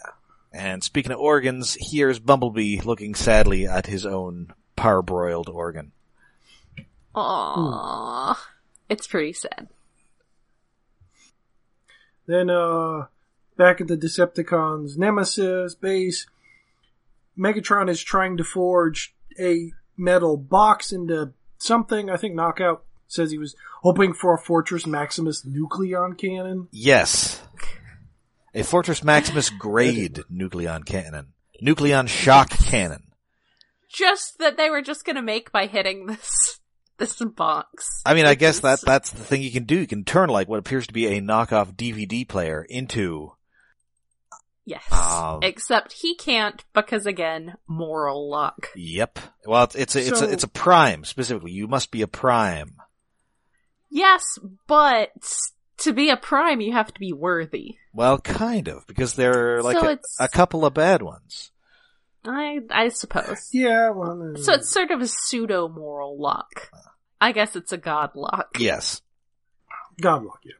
[SPEAKER 1] and speaking of organs, here's Bumblebee looking sadly at his own parboiled organ.
[SPEAKER 2] Aww. It's pretty sad.
[SPEAKER 3] Then, uh, back at the Decepticons' Nemesis base, Megatron is trying to forge a metal box into something. I think Knockout says he was hoping for a Fortress Maximus nucleon cannon.
[SPEAKER 1] Yes. A Fortress Maximus grade nucleon cannon. Nucleon shock cannon.
[SPEAKER 2] Just that they were just gonna make by hitting this this box.
[SPEAKER 1] I mean, I
[SPEAKER 2] Which
[SPEAKER 1] guess
[SPEAKER 2] is-
[SPEAKER 1] that that's the thing you can do. You can turn like what appears to be a knockoff DVD player into
[SPEAKER 2] Yes.
[SPEAKER 1] Um,
[SPEAKER 2] Except he can't because again, moral luck.
[SPEAKER 1] yep. Well, it's it's a, it's,
[SPEAKER 3] So-
[SPEAKER 1] a, it's a prime specifically. You must be a prime.
[SPEAKER 2] Yes, but to be a prime you have to be worthy.
[SPEAKER 1] Well, kind of because there are like
[SPEAKER 2] So
[SPEAKER 1] a,
[SPEAKER 2] it's-
[SPEAKER 1] a couple of bad ones.
[SPEAKER 2] I I suppose.
[SPEAKER 3] Yeah, well, uh,
[SPEAKER 2] So it's sort of a pseudo moral luck. I guess it's a god luck.
[SPEAKER 1] Yes.
[SPEAKER 3] God luck you.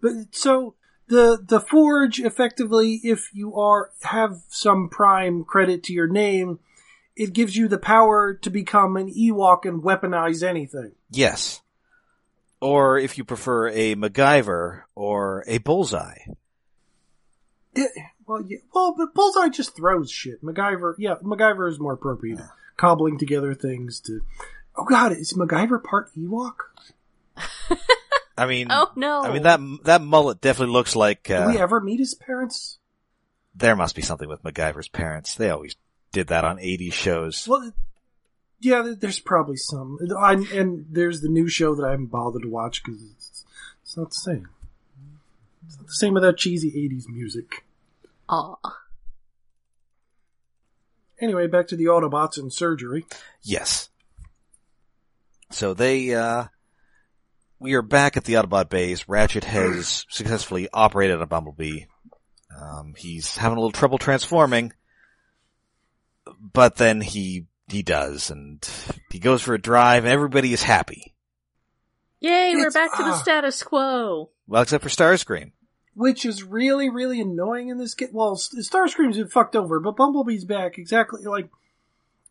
[SPEAKER 3] But so the the forge effectively, if you are have some prime credit to your name, it gives you the power to become an Ewok and weaponize anything.
[SPEAKER 1] Yes. Or if you prefer a MacGyver or a Bullseye.
[SPEAKER 3] Yeah, well, yeah, well, but Bullseye just throws shit. MacGyver, yeah, MacGyver is more appropriate. Cobbling together things to. Oh God, is MacGyver part Ewok?
[SPEAKER 1] I mean,
[SPEAKER 2] Oh no!
[SPEAKER 1] I mean that that mullet definitely looks like
[SPEAKER 3] Did
[SPEAKER 1] uh,
[SPEAKER 3] we ever meet his parents?
[SPEAKER 1] there must be something with MacGyver's parents. They always did that on 80s shows.
[SPEAKER 3] Well, yeah, there- there's probably some. i and there's the new show that I haven't bothered to watch because it's, it's not the same. It's not the same without cheesy '80s music.
[SPEAKER 2] Aw.
[SPEAKER 3] Anyway, back to the Autobots and surgery.
[SPEAKER 1] Yes. So they, uh, we are back at the Autobot base. Ratchet has successfully operated on Bumblebee. Um, he's having a little trouble transforming, but then he, he does and he goes for a drive and everybody is happy.
[SPEAKER 2] Yay! We're
[SPEAKER 3] It's-
[SPEAKER 2] back to the
[SPEAKER 3] ah.
[SPEAKER 2] status quo.
[SPEAKER 1] Well, except for Starscream.
[SPEAKER 3] which is really, really annoying in this game. Well, S- Starscream's been fucked over, but Bumblebee's back exactly like.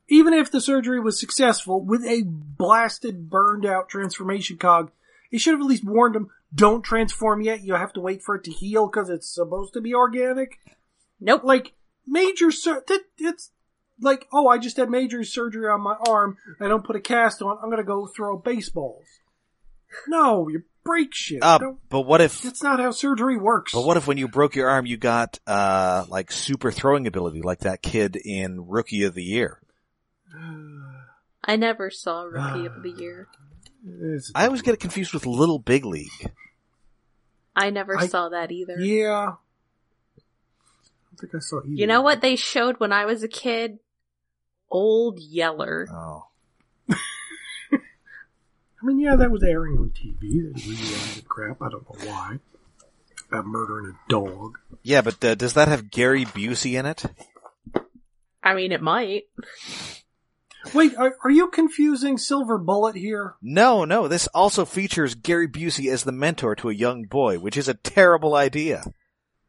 [SPEAKER 3] Even if the surgery was successful with a blasted, burned out transformation cog, it should have at least warned him: don't transform yet. You have to wait for it to heal because it's supposed to be organic.
[SPEAKER 2] Nope.
[SPEAKER 3] Like major sur- that it's like, oh, I just had major surgery on my arm. I don't put a cast on. I'm gonna go throw baseballs. No, you break shit.
[SPEAKER 1] Uh,
[SPEAKER 3] Don't-
[SPEAKER 1] but what if,
[SPEAKER 3] that's not how surgery works.
[SPEAKER 1] but what if when you broke your arm you got, uh, like super throwing ability like that kid in Rookie of the Year?
[SPEAKER 2] I never saw Rookie of the Year.
[SPEAKER 3] It's-
[SPEAKER 1] I always get it confused with Little Big League.
[SPEAKER 2] I never
[SPEAKER 3] I-
[SPEAKER 2] saw that either.
[SPEAKER 3] yeah. I don't think I saw either.
[SPEAKER 2] You know what they showed when I was a kid? Old Yeller.
[SPEAKER 1] Oh.
[SPEAKER 3] I mean, yeah, that was airing on TV. That reunited crap. I don't know why. About murdering a dog.
[SPEAKER 1] Yeah, but uh, does that have Gary Busey in it?
[SPEAKER 2] I mean, it might.
[SPEAKER 3] Wait, are, are you confusing Silver Bullet here?
[SPEAKER 1] No, no, this also features Gary Busey as the mentor to a young boy, which is a terrible idea.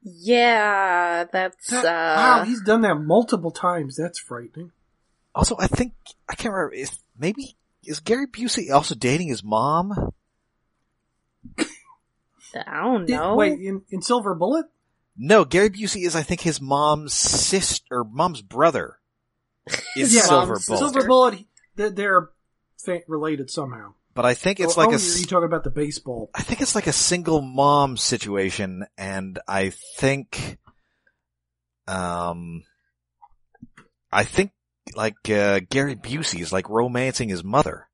[SPEAKER 2] Yeah, that's uh
[SPEAKER 3] That- wow, he's done that multiple times. That's frightening.
[SPEAKER 1] Also, I think, I can't remember, is, maybe, is Gary Busey also dating his mom?
[SPEAKER 2] I don't
[SPEAKER 3] Yeah,
[SPEAKER 2] know.
[SPEAKER 3] Wait, in, in Silver Bullet?
[SPEAKER 1] No, Gary Busey is, I think, his mom's sister, or mom's brother. Is
[SPEAKER 3] Yeah,
[SPEAKER 1] Silver
[SPEAKER 2] mom's
[SPEAKER 1] Bullet.
[SPEAKER 2] sister.
[SPEAKER 3] Silver Bullet, he- they're, they're fa- related somehow.
[SPEAKER 1] But I think it's
[SPEAKER 3] Oh,
[SPEAKER 1] like
[SPEAKER 3] oh,
[SPEAKER 1] a,
[SPEAKER 3] you're-
[SPEAKER 1] s-
[SPEAKER 3] you're talking about the baseball.
[SPEAKER 1] I think it's like a single mom situation, and I think, um, I think like uh, Gary Busey is like romancing his mother.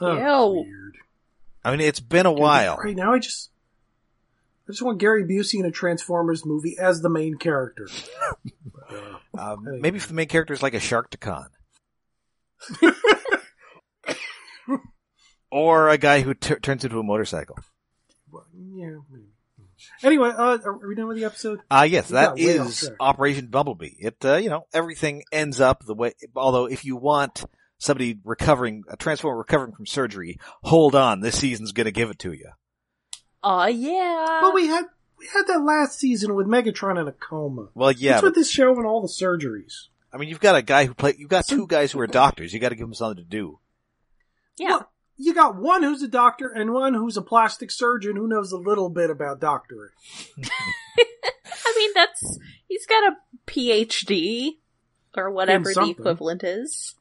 [SPEAKER 3] Oh,
[SPEAKER 2] Ew.
[SPEAKER 3] weird.
[SPEAKER 1] I mean, it's been a while.
[SPEAKER 3] Right now, I just, I just want Gary Busey in a Transformers movie as the main character.
[SPEAKER 1] Um, maybe if the main character is like a Sharktacon, or a guy who tur turns into a motorcycle.
[SPEAKER 3] Well, yeah. maybe. Anyway, uh, are we done with the episode?
[SPEAKER 1] Ah, yes,
[SPEAKER 3] We
[SPEAKER 1] that
[SPEAKER 3] got way off
[SPEAKER 1] is
[SPEAKER 3] track.
[SPEAKER 1] Operation Bumblebee. It, uh, you know, everything ends up the way, although if you want somebody recovering, a transformer recovering from surgery, hold on, this season's gonna give it to you.
[SPEAKER 2] Aw, Uh, yeah.
[SPEAKER 3] well, we had we had that last season with Megatron in a coma.
[SPEAKER 1] Well, yeah,
[SPEAKER 3] That's what
[SPEAKER 1] but,
[SPEAKER 3] this show and all the surgeries.
[SPEAKER 1] I mean, you've got a guy who play, you've got two guys who are doctors, you gotta give them something to do.
[SPEAKER 2] yeah.
[SPEAKER 3] Well, you got one who's a doctor and one who's a plastic surgeon who knows a little bit about doctoring.
[SPEAKER 2] I mean, that's he's got a PhD or whatever the
[SPEAKER 3] something.
[SPEAKER 2] equivalent is.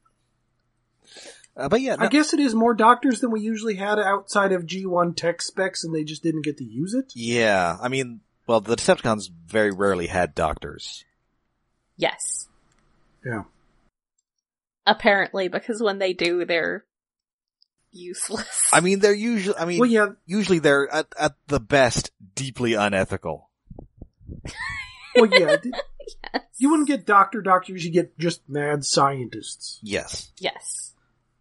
[SPEAKER 1] Uh, but yeah,
[SPEAKER 3] I
[SPEAKER 1] no-
[SPEAKER 3] guess it is more doctors than we usually had outside of G1 tech specs, and they just didn't get to use it.
[SPEAKER 1] yeah, I mean, well, the Decepticons very rarely had doctors.
[SPEAKER 2] Yes,
[SPEAKER 3] Yeah.
[SPEAKER 2] apparently, because when they do, they're useless.
[SPEAKER 1] I mean, they're usually, I mean,
[SPEAKER 3] Well, yeah,
[SPEAKER 1] usually they're at, at the best deeply unethical.
[SPEAKER 3] well, yeah. d- You wouldn't get doctor doctors, you get just mad scientists.
[SPEAKER 1] Yes.
[SPEAKER 2] yes,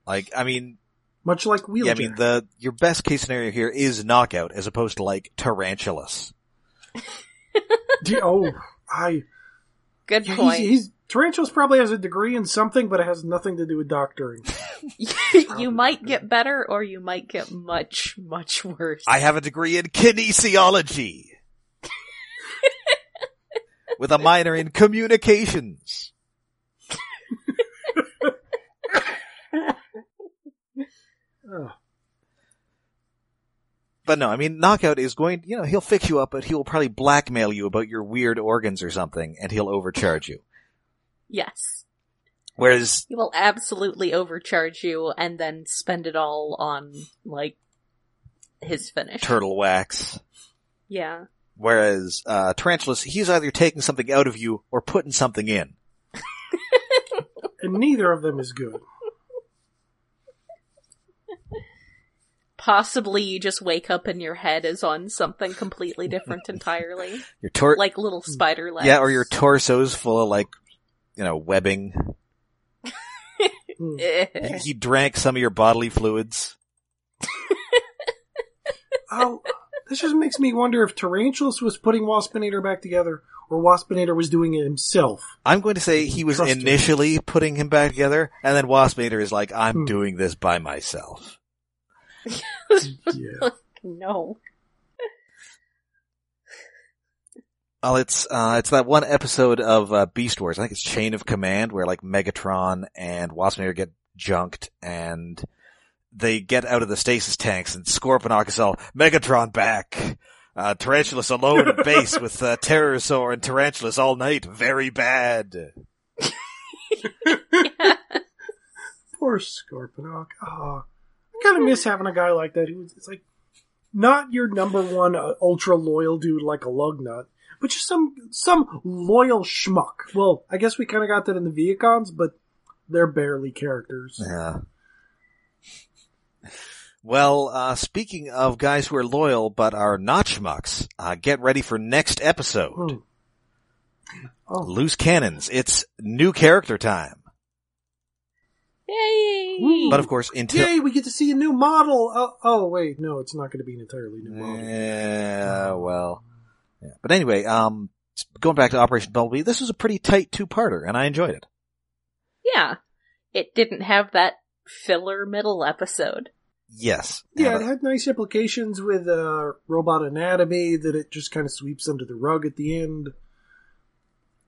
[SPEAKER 1] Like, I mean,
[SPEAKER 3] Much like
[SPEAKER 1] Yeah,
[SPEAKER 3] Wheeljack.
[SPEAKER 1] I mean the your best case scenario here is knockout as opposed to like tarantulas.
[SPEAKER 3] D- oh, I.
[SPEAKER 2] good
[SPEAKER 3] Yeah, he's,
[SPEAKER 2] point.
[SPEAKER 3] he's, Tarantulas probably has a degree in something, but it has nothing to do with doctoring.
[SPEAKER 2] you might get better, or you might get much, much worse.
[SPEAKER 1] I have a degree in kinesiology with a minor in communications. But no, I mean, Knockout is going, you know, he'll fix you up, but he will probably blackmail you about your weird organs or something, and he'll overcharge you.
[SPEAKER 2] Yes.
[SPEAKER 1] Whereas,
[SPEAKER 2] He will absolutely overcharge you and then spend it all on, like, his finish.
[SPEAKER 1] Turtle Wax,
[SPEAKER 2] Yeah.
[SPEAKER 1] whereas, uh, Tarantulas, he's either taking something out of you or putting something in.
[SPEAKER 3] and neither of them is good.
[SPEAKER 2] Possibly you just wake up and your head is on something completely different entirely.
[SPEAKER 1] Your tor-
[SPEAKER 2] like little spider legs.
[SPEAKER 1] yeah, or your torso's full of like, you know, webbing.
[SPEAKER 3] Hmm.
[SPEAKER 1] He,
[SPEAKER 2] Eh,
[SPEAKER 1] he drank some of your bodily fluids.
[SPEAKER 3] Oh, this just makes me wonder if Tarantulas was putting Waspinator back together, or Waspinator was doing it himself.
[SPEAKER 1] I'm going to say he was
[SPEAKER 3] Trust him.
[SPEAKER 1] initially putting him back together, and then Waspinator is like, I'm
[SPEAKER 3] Hmm.
[SPEAKER 1] doing this by myself.
[SPEAKER 3] Yeah.
[SPEAKER 2] no.
[SPEAKER 1] Oh, it's uh, it's that one episode of uh, Beast Wars. I think it's Chain of Command, where like Megatron and Waspinator get junked, and they get out of the stasis tanks, and Scorponok is all Megatron back, uh, Tarantulas alone in base with uh, Terrorosaur and Tarantulas all night, very bad.
[SPEAKER 3] Poor Scorponok. Ah, I kind of miss having a guy like that who's it's like not your number one uh, ultra loyal dude like a lugnut, but just some some loyal schmuck. Well, I guess we kind of got that in the Viacons, but they're barely characters.
[SPEAKER 1] Yeah. Well, uh, speaking of guys who are loyal but are not schmucks, uh, get ready for next episode.
[SPEAKER 3] Hmm. Oh,
[SPEAKER 1] Loose cannons. It's new character time.
[SPEAKER 2] Yay!
[SPEAKER 1] But of course, until
[SPEAKER 3] yay! We get to see a new model. Oh, oh wait, no, it's not going to be an entirely new model.
[SPEAKER 1] yeah, well, yeah. but anyway, um, going back to Operation Bumblebee, this was a pretty tight two-parter, and I enjoyed it.
[SPEAKER 2] Yeah. It didn't have that filler middle episode.
[SPEAKER 1] Yes,
[SPEAKER 3] Yeah,
[SPEAKER 1] And,
[SPEAKER 3] it
[SPEAKER 1] uh,
[SPEAKER 3] had nice implications with uh, robot anatomy that it just kind of sweeps under the rug at the end.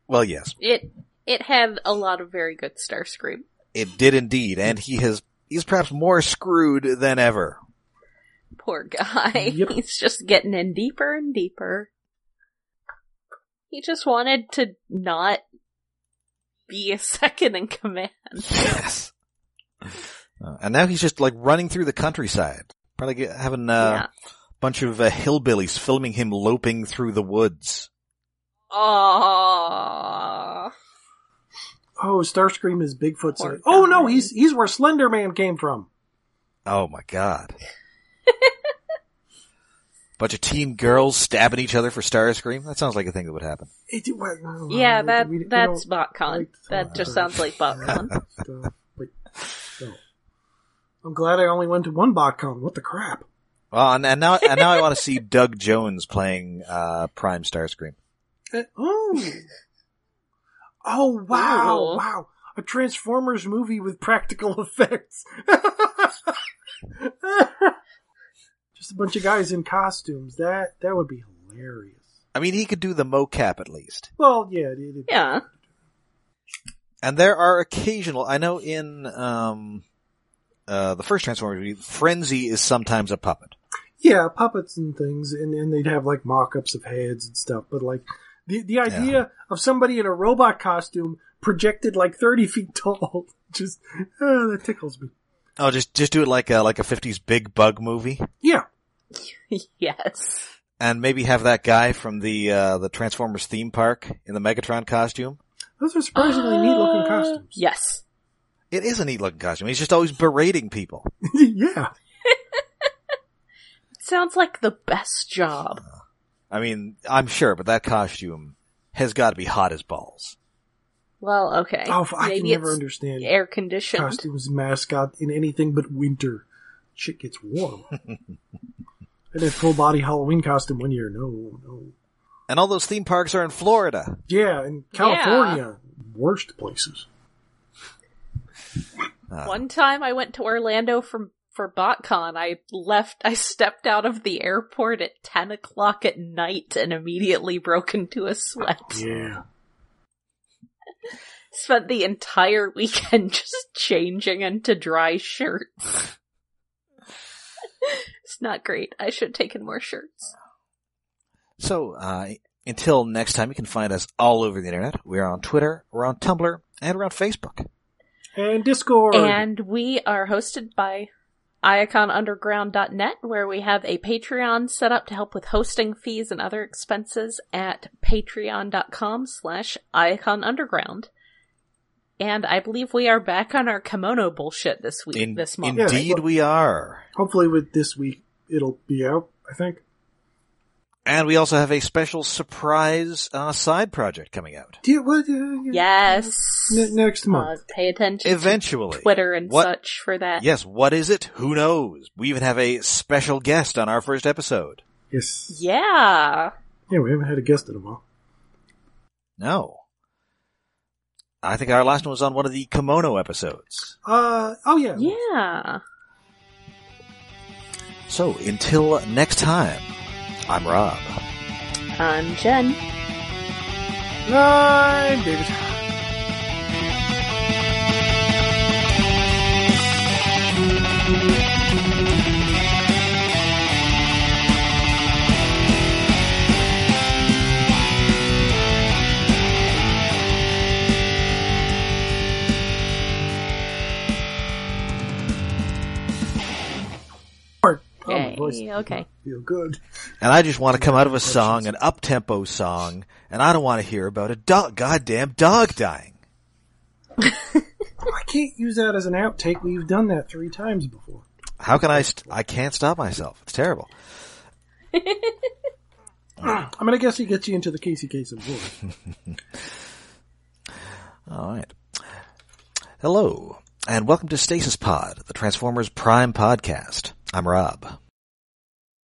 [SPEAKER 1] well, yes,
[SPEAKER 2] It it had a lot of very good Starscream.
[SPEAKER 1] it did indeed, and he has he's perhaps more screwed than ever.
[SPEAKER 2] Poor guy.
[SPEAKER 3] Yep.
[SPEAKER 2] He's just getting in deeper and deeper. He just wanted to not be a second in command.
[SPEAKER 1] Yes, Uh, and now he's just like running through the countryside, probably get, having a
[SPEAKER 3] Uh,
[SPEAKER 2] yeah.
[SPEAKER 1] bunch of uh, hillbillies filming him loping through the woods.
[SPEAKER 2] Aww.
[SPEAKER 3] Oh, Starscream is Bigfoot's.
[SPEAKER 2] Poor
[SPEAKER 3] Oh no,
[SPEAKER 2] guy.
[SPEAKER 3] he's he's where Slender Man came from.
[SPEAKER 1] Oh my god. Bunch of teen girls stabbing each other for Starscream? That sounds like a thing that would happen.
[SPEAKER 3] It, Oh, it, well, no,
[SPEAKER 2] Yeah,
[SPEAKER 3] we-
[SPEAKER 2] that
[SPEAKER 3] we- we
[SPEAKER 2] that's
[SPEAKER 3] don't
[SPEAKER 2] botcon.
[SPEAKER 3] like to
[SPEAKER 2] that
[SPEAKER 3] talk
[SPEAKER 2] just
[SPEAKER 3] about
[SPEAKER 2] sounds like botcon.
[SPEAKER 3] stuff, but, no. I'm glad I only went to one BotCon. What the crap?
[SPEAKER 1] Well, and, and now and now I want to see Doug Jones playing uh, Prime Starscream.
[SPEAKER 3] Uh, oh, oh wow,
[SPEAKER 2] Ooh.
[SPEAKER 3] wow! A Transformers movie with practical effects. Just a bunch of guys in costumes. That that would be hilarious.
[SPEAKER 1] I mean, he could do the mocap at least.
[SPEAKER 3] Well, yeah, it, it,
[SPEAKER 2] yeah.
[SPEAKER 1] And there are occasional. I know in um, uh, the first Transformers movie, Frenzy is sometimes a puppet.
[SPEAKER 3] yeah, puppets and things, and, and they'd have like mock-ups of heads and stuff. But like the the idea of somebody in a robot costume projected like thirty feet tall, just uh, that tickles me.
[SPEAKER 1] Oh, just just do it like a like a fifties big bug movie,
[SPEAKER 3] Yeah,
[SPEAKER 2] yes.
[SPEAKER 1] and maybe have that guy from the uh, the Transformers theme park in the Megatron costume.
[SPEAKER 3] those are surprisingly neat-looking
[SPEAKER 2] Uh,
[SPEAKER 3] costumes.
[SPEAKER 2] Yes.
[SPEAKER 1] It is a neat looking costume. He's just always berating people.
[SPEAKER 3] yeah,
[SPEAKER 2] Sounds like the best job.
[SPEAKER 1] I mean, I'm sure, but that costume has got to be hot as balls.
[SPEAKER 2] Well, okay.
[SPEAKER 3] oh, I can
[SPEAKER 2] Maybe
[SPEAKER 3] never
[SPEAKER 2] it's
[SPEAKER 3] understand
[SPEAKER 2] air conditioned.
[SPEAKER 3] costumes mascot in anything but winter. Shit gets warm. I did a full body Halloween costume one year. No, no.
[SPEAKER 1] And all those theme parks are in Florida.
[SPEAKER 3] Yeah, in California, worst places.
[SPEAKER 1] Uh,
[SPEAKER 2] One time I went to Orlando from for BotCon, I left I stepped out of the airport at ten o'clock at night and immediately broke into a sweat.
[SPEAKER 3] Yeah.
[SPEAKER 2] Spent the entire weekend just changing into dry shirts. It's not great. I should have taken more shirts.
[SPEAKER 1] So, uh, until next time, you can find us all over the internet. We're on Twitter, we're on Tumblr, and we're on Facebook.
[SPEAKER 3] And Discord.
[SPEAKER 2] And we are hosted by iaconunderground.net, where we have a Patreon set up to help with hosting fees and other expenses at patreon.com slash iaconunderground. And I believe we are back on our kimono bullshit this week,
[SPEAKER 1] In-
[SPEAKER 2] this month.
[SPEAKER 1] indeed,
[SPEAKER 3] Yeah.
[SPEAKER 1] we are.
[SPEAKER 3] Hopefully, with this week, it'll be out. I think.
[SPEAKER 1] And we also have a special surprise uh, side project coming out.
[SPEAKER 3] Do you, what, uh,
[SPEAKER 2] Yes.
[SPEAKER 3] ne- next
[SPEAKER 2] Uh,
[SPEAKER 3] month.
[SPEAKER 2] pay attention
[SPEAKER 1] Eventually.
[SPEAKER 2] to Twitter and
[SPEAKER 1] What-
[SPEAKER 2] such for that.
[SPEAKER 1] Yes, what is it? Who knows? We even have a special guest on our first episode.
[SPEAKER 3] yes.
[SPEAKER 2] Yeah.
[SPEAKER 3] Yeah, we haven't had a guest in a while.
[SPEAKER 1] No. I think our last one was on one of the kimono episodes.
[SPEAKER 3] Uh, oh yeah.
[SPEAKER 2] Yeah.
[SPEAKER 1] So until next time, I'm Rob.
[SPEAKER 2] I'm Jen.
[SPEAKER 3] Nine, David. Oh, my
[SPEAKER 2] Yay,
[SPEAKER 3] voice
[SPEAKER 2] okay.
[SPEAKER 3] Feel good.
[SPEAKER 1] And I just want to come out of a song, an up-tempo song, and I don't want to hear about a dog, goddamn dog dying.
[SPEAKER 3] I can't use that as an outtake. We've done that three times before.
[SPEAKER 1] How can I, st- I can't stop myself. It's terrible.
[SPEAKER 3] I mean, I guess it gets you into the Casey Kasem voice.
[SPEAKER 1] All right. Hello, and welcome to Stasis Pod, the Transformers Prime podcast. I'm Rob.